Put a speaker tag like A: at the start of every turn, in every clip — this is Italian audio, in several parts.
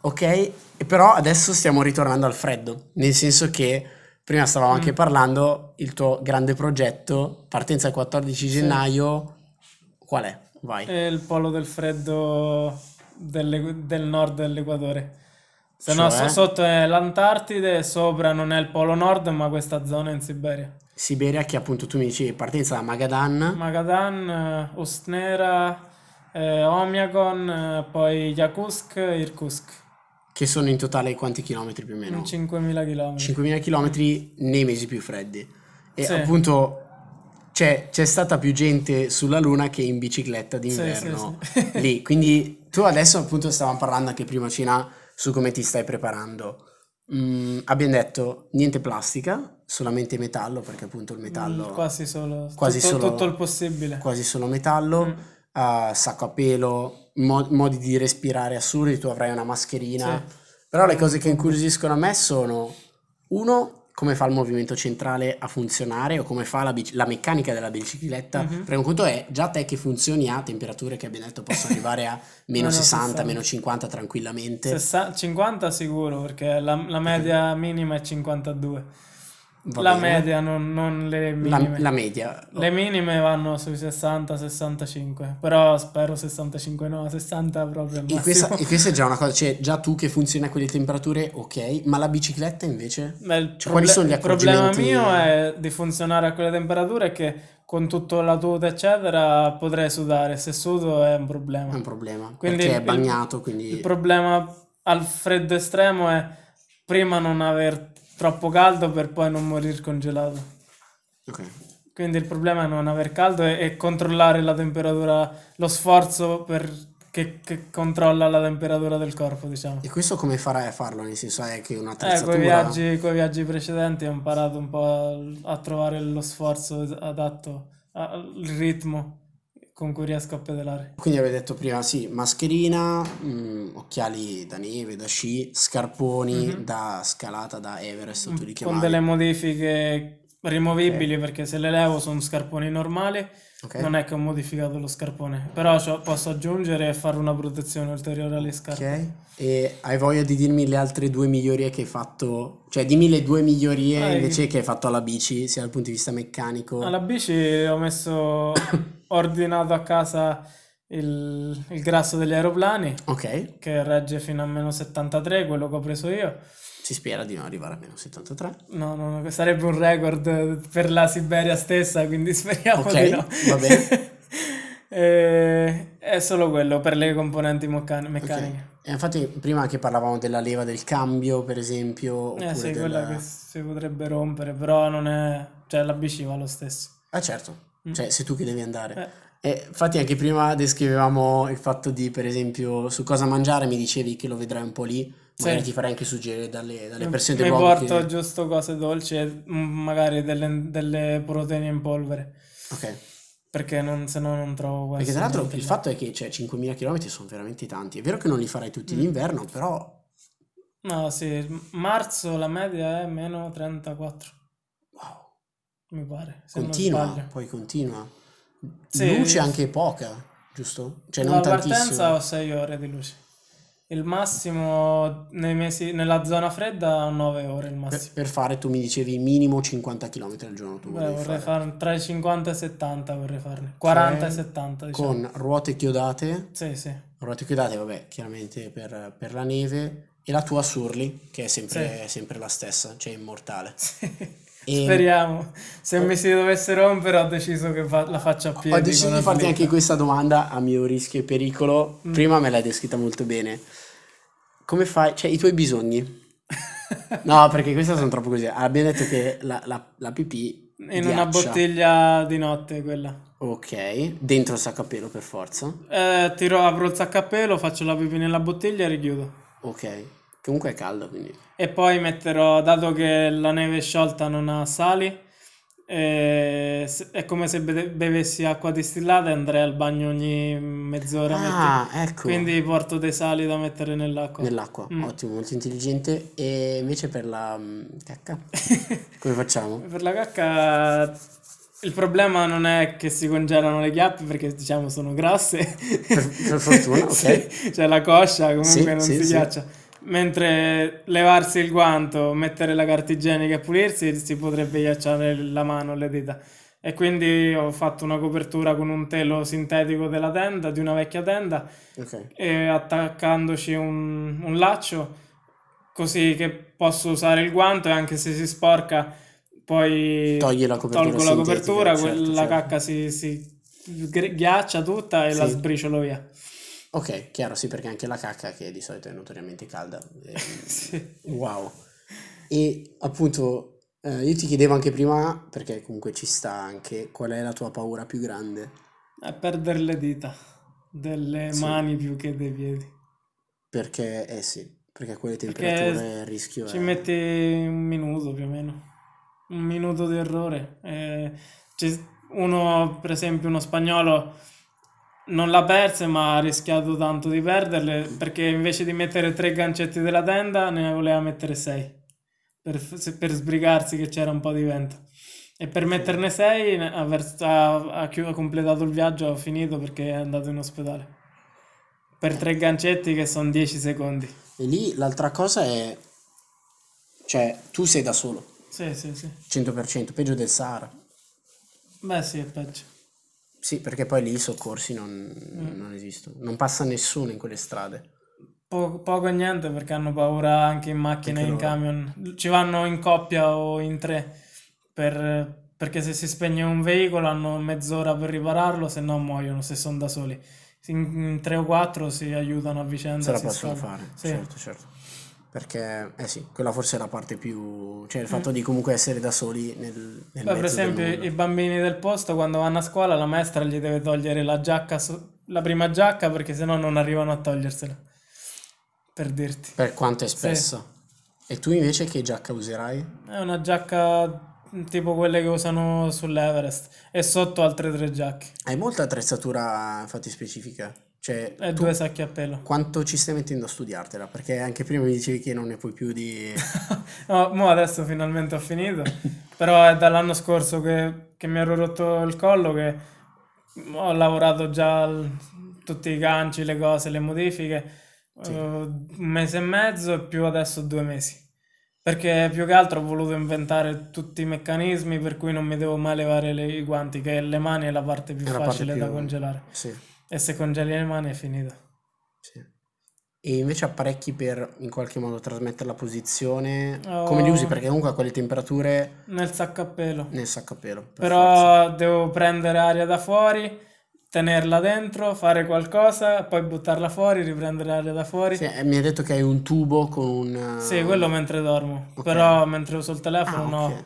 A: ok? E Però adesso stiamo ritornando al freddo, nel senso che prima stavamo
B: Mm.
A: anche parlando, il tuo grande progetto, partenza il 14 gennaio, qual è? Vai.
B: È il polo del freddo delle- del nord dell'Equatore. Se no,
A: Cioè?
B: so- sotto è l'Antartide, sopra non è il polo nord, ma questa zona è in Siberia.
A: Siberia, che appunto tu mi dicevi, partenza da Magadan,
B: Magadan, eh, Ustnera, eh, Omiagon, eh, poi Yakutsk, Irkutsk.
A: che sono in totale quanti chilometri più o meno?
B: 5.000 km.
A: 5.000 km nei mesi più freddi. E
B: Sì.
A: appunto c'è, c'è stata più gente sulla Luna che in bicicletta d'inverno
B: Sì, sì, sì.
A: lì. Quindi tu adesso appunto stavamo parlando anche prima cena su come ti stai preparando. Mm, abbiamo detto niente plastica, solamente metallo, perché appunto il metallo...
B: Mm, Quasi solo.
A: quasi
B: tutto,
A: solo-
B: tutto il possibile.
A: quasi solo metallo,
B: Mm.
A: eh, sacco a pelo, mo- modi di respirare assurdi, tu avrai una mascherina.
B: Sì.
A: Però le cose che incuriosiscono a me sono, uno, come fa il movimento centrale a funzionare o come fa la, bici- la meccanica della bicicletta.
B: Mhm.
A: Perché un conto è già te che funzioni a temperature che abbiamo detto possono arrivare a meno
B: Meno
A: 60,
B: 60.
A: meno 50 tranquillamente.
B: Sessa- 50 sicuro, perché la, la media minima è 52.
A: Va
B: la
A: bene.
B: media, non, non le
A: La-
B: minime.
A: la media.
B: Le minime vanno sui 60-65, però spero 65 no, 60 proprio al
A: E
B: massimo.
A: questa, e questa è già una cosa, cioè già tu che funzioni a quelle temperature, ok, ma la bicicletta invece?
B: Beh, il
A: Cioè, quali sono gli
B: il problema
A: accorgimenti?
B: mio è di funzionare a quelle temperature e che con tutta la tuta eccetera potrei sudare, se sudo è un problema.
A: È un problema.
B: Quindi
A: perché
B: il-
A: è bagnato, quindi...
B: Il problema al freddo estremo è prima non aver troppo caldo per poi non morire congelato.
A: ok.
B: Quindi il problema è non aver caldo e, e controllare la temperatura, lo sforzo per- che, che controlla la temperatura del corpo, diciamo.
A: E questo come farai a farlo? Nel senso è che
B: Eh,
A: un'attrezzatura...
B: coi viaggi, coi viaggi precedenti ho imparato un po' a, a trovare lo sforzo es- adatto a- al ritmo con cui riesco a pedalare.
A: Quindi avevi detto prima, sì, mascherina, mm, occhiali da neve, da sci, scarponi
B: Mhm. Mm,
A: da scalata, da Everest, tu li
B: Con
A: chiamavi.
B: delle modifiche rimovibili perché se le levo sono scarponi normali,
A: Ok.
B: non è che ho modificato lo scarpone, però c'ho- posso aggiungere e fare una protezione ulteriore alle scarpe.
A: Ok. E hai voglia di dirmi le altre due migliorie che hai fatto? Cioè dimmi le due migliorie
B: Eh,
A: invece che hai fatto alla bici, sia dal punto di vista meccanico.
B: Alla Ah, bici ho messo, ho ordinato a casa il, il grasso degli aeroplani
A: Ok,
B: che regge fino a meno 73, quello che ho preso io.
A: si spera di non arrivare a meno 73.
B: No, no, no, sarebbe un record per la Siberia stessa, quindi speriamo
A: Ok,
B: di no.
A: va bene.
B: Eh, è solo quello per le componenti mocca- meccaniche.
A: E infatti prima anche parlavamo della leva del cambio, per esempio, oppure
B: Eh sì,
A: del-
B: quella che si potrebbe rompere, però non è... cioè la bici va lo stesso.
A: Ah, certo,
B: Mm. Eh.
A: cioè sei tu che devi andare. E infatti anche prima descrivevamo il fatto di, per esempio, su cosa mangiare, mi dicevi che lo vedrai un po' lì, magari
B: Sì. Mm.
A: ti farei anche suggerire dalle, dalle
B: Mi-
A: persone del
B: mi
A: luogo
B: porto
A: che-
B: giusto cose dolci e mm, magari delle, delle proteine in polvere,
A: Ok,
B: perché non, se no non trovo
A: perché
B: quasi
A: tra l'altro
B: niente
A: il
B: là.
A: fatto è che cioè, 5.000 km sono veramente tanti, è vero che non li farai tutti
B: Mm.
A: d'inverno, però
B: No, sì, marzo la media è meno 34,
A: wow,
B: mi pare, se non
A: continua,
B: sbaglio.
A: poi continua.
B: Sì.
A: Luce anche poca, giusto? Cioè non
B: La
A: tantissimo.
B: partenza ho 6 ore di luce. Il massimo nei mesi, nella zona fredda ho 9 ore il
A: Per,
B: massimo.
A: per fare, tu mi dicevi minimo 50 km al giorno tu
B: Beh,
A: volevi
B: vorrei
A: fare. Cioè,
B: fare tra i 50 e i 70 vorrei farne. 40 e 70, diciamo.
A: Con ruote chiodate,
B: Sì, sì.
A: ruote chiodate, vabbè, chiaramente per, per la neve, e la tua Surly, che è sempre, sempre la stessa, cioè immortale. E-
B: Speriamo. Se mi si dovesse rompere, ho deciso che fa- la faccio a piedi.
A: Ho deciso
B: con
A: di
B: la
A: farti
B: salita.
A: anche questa domanda a mio rischio e pericolo.
B: Mm.
A: Prima me l'hai descritta molto bene. Come fai? Cioè, i tuoi bisogni? No, perché queste sono troppo così. Abbiamo detto che la, la, la pipì
B: In
A: di
B: una
A: accia.
B: bottiglia di notte, quella.
A: Ok, dentro il sacco a pelo per forza.
B: Eh, tiro, apro il sacco a pelo, faccio la pipì nella bottiglia e richiudo.
A: Ok, comunque è caldo quindi.
B: E poi metterò, dato che la neve sciolta non ha sali, eh, se- è come se beve- bevessi acqua distillata e andrei al bagno ogni mezz'ora. metti-
A: Ah, ecco.
B: Quindi porto dei sali da mettere nell'acqua.
A: Nell'acqua,
B: Mm.
A: ottimo, molto intelligente. E invece per la mm, cacca, come facciamo?
B: Per la cacca il problema non è che si congelano le chiappe perché diciamo sono grasse.
A: Per, per fortuna, ok.
B: Sì, cioè la coscia comunque
A: Sì,
B: non
A: sì,
B: si
A: sì.
B: ghiaccia. Mentre levarsi il guanto, mettere la carta igienica e pulirsi si potrebbe ghiacciare la mano, le dita. E quindi ho fatto una copertura con un telo sintetico della tenda, di una vecchia tenda,
A: Ok.
B: e attaccandoci un, un laccio, così che posso usare il guanto e anche se si sporca, poi
A: Togli la copertura.
B: tolgo la
A: sintetica,
B: copertura,
A: certo,
B: quella
A: certo.
B: cacca si, si gri- ghiaccia tutta e la
A: Sì.
B: sbriciolo via.
A: Ok, chiaro, sì, perché anche la cacca che di solito è notoriamente calda. eh,
B: Sì.
A: Wow. E appunto, eh, io ti chiedevo anche prima, perché comunque ci sta anche, qual è la tua paura più grande?
B: A perdere le dita delle
A: Sì.
B: mani più che dei piedi.
A: Perché, eh sì, perché a quelle
B: Perché
A: temperature il rischio
B: Ci
A: è...
B: metti un minuto più o meno. Un minuto di errore. Eh, c'è uno, per esempio, uno spagnolo non l'ha perse, ma ha rischiato tanto di perderle perché invece di mettere tre gancetti della tenda ne voleva mettere sei per, f- se- per sbrigarsi che c'era un po' di vento. E per metterne sei ne- ha, vers- ha- ha chiu- ha completato il viaggio, ha finito perché è andato in ospedale. Per tre gancetti che sono 10 secondi.
A: E lì l'altra cosa è... Cioè, tu sei da solo,
B: Sì, sì, sì.
A: 100%, peggio del Sahara.
B: Beh, sì, è peggio.
A: Sì, perché poi lì i soccorsi non,
B: Mm.
A: non esistono. Non passa nessuno in quelle strade.
B: Po- poco e niente perché hanno paura anche in macchina e
A: Anche
B: in
A: loro.
B: camion. Ci vanno in coppia o in tre per- perché se si spegne un veicolo hanno mezz'ora per ripararlo, se no muoiono se sono da soli. In, in tre o quattro si aiutano a vicenda.
A: Se la
B: si
A: possono
B: salvano.
A: fare,
B: Sì.
A: certo, certo. Perché, eh sì, quella forse è la parte più... Cioè, il fatto di comunque essere da soli nel, nel
B: Poi, Mm. per
A: mezzo del
B: esempio,
A: nulla.
B: i bambini del posto quando vanno a scuola la maestra gli deve togliere la giacca, so- la prima giacca perché sennò non arrivano a togliersela. Per dirti.
A: Per quanto è spessa. E tu invece che giacca userai?
B: È una giacca tipo quelle che usano sull'Everest e sotto altre tre giacche
A: Hai molta attrezzatura, infatti, specifica. Cioè,
B: e
A: tu
B: Eh, due sacchi a pelo.
A: quanto ci stai mettendo a studiartela? Perché anche prima mi dicevi che non ne puoi più di...
B: No, mo adesso finalmente ho finito, però è dall'anno scorso che, che mi ero rotto il collo che ho lavorato già al- tutti i ganci, le cose, le modifiche,
A: Sì.
B: eh, un mese e mezzo e più adesso due mesi. Perché più che altro ho voluto inventare tutti i meccanismi per cui non mi devo mai levare le- i guanti, che le mani è la parte più
A: È la parte
B: facile da
A: più-
B: congelare.
A: Sì,
B: E se congeli le mani è finito.
A: sì. E invece apparecchi per in qualche modo trasmettere la posizione?
B: Oh.
A: Come li usi? Perché comunque a quelle temperature
B: Nel sacco a pelo.
A: nel sacco a pelo. per forza.
B: Però devo prendere aria da fuori, tenerla dentro, fare qualcosa, poi buttarla fuori, riprendere aria da fuori.
A: Sì,
B: Sì,
A: eh, mi hai detto che hai un tubo con un...
B: quello mentre dormo.
A: Ok.
B: Però mentre uso il telefono
A: Ah,
B: no.
A: ok.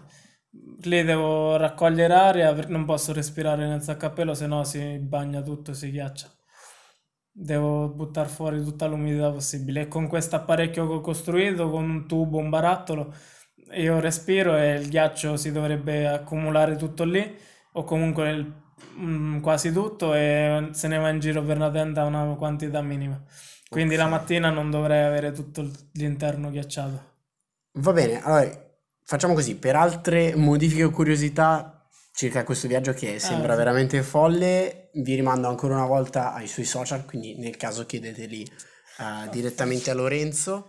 B: Lì devo raccogliere aria, per- non posso respirare nel sacco a pelo, se no si bagna tutto, si ghiaccia. Devo buttare fuori tutta l'umidità possibile. E con questo apparecchio che ho costruito, con un tubo, un barattolo, io respiro e il ghiaccio si dovrebbe accumulare tutto lì, o comunque il- mm, quasi tutto, e se ne va in giro per la tenda una quantità minima. Quindi la
A: Ok.
B: mattina non dovrei avere tutto il- l'interno ghiacciato.
A: Va bene, allora facciamo così, per altre modifiche o curiosità circa questo viaggio che sembra
B: sì.
A: veramente folle, vi rimando ancora una volta ai suoi social, quindi nel caso chiedeteli eh, direttamente a Lorenzo.